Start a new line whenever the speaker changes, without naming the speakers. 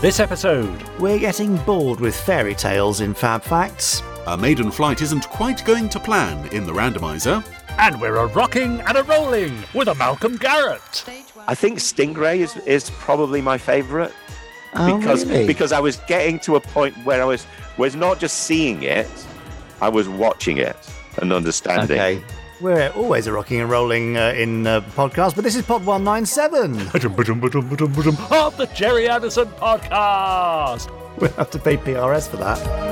This episode,
We're getting bored with fairy tales in Fab Facts.
A maiden flight isn't quite going to plan in the randomizer.
and we're a rocking and a rolling with a Malcolm Garrett.
I think Stingray is, is probably my favourite
Oh,
because
really?
because I was getting to a point where I was was not just seeing it, I was watching it and understanding.
okay. We're always a rocking and rolling uh, in uh, podcast, but this is Pod 197.
Ba-dum, ba-dum, ba-dum, ba-dum, ba-dum, Of the Jerry Anderson podcast.
we'll have to pay PRS for that.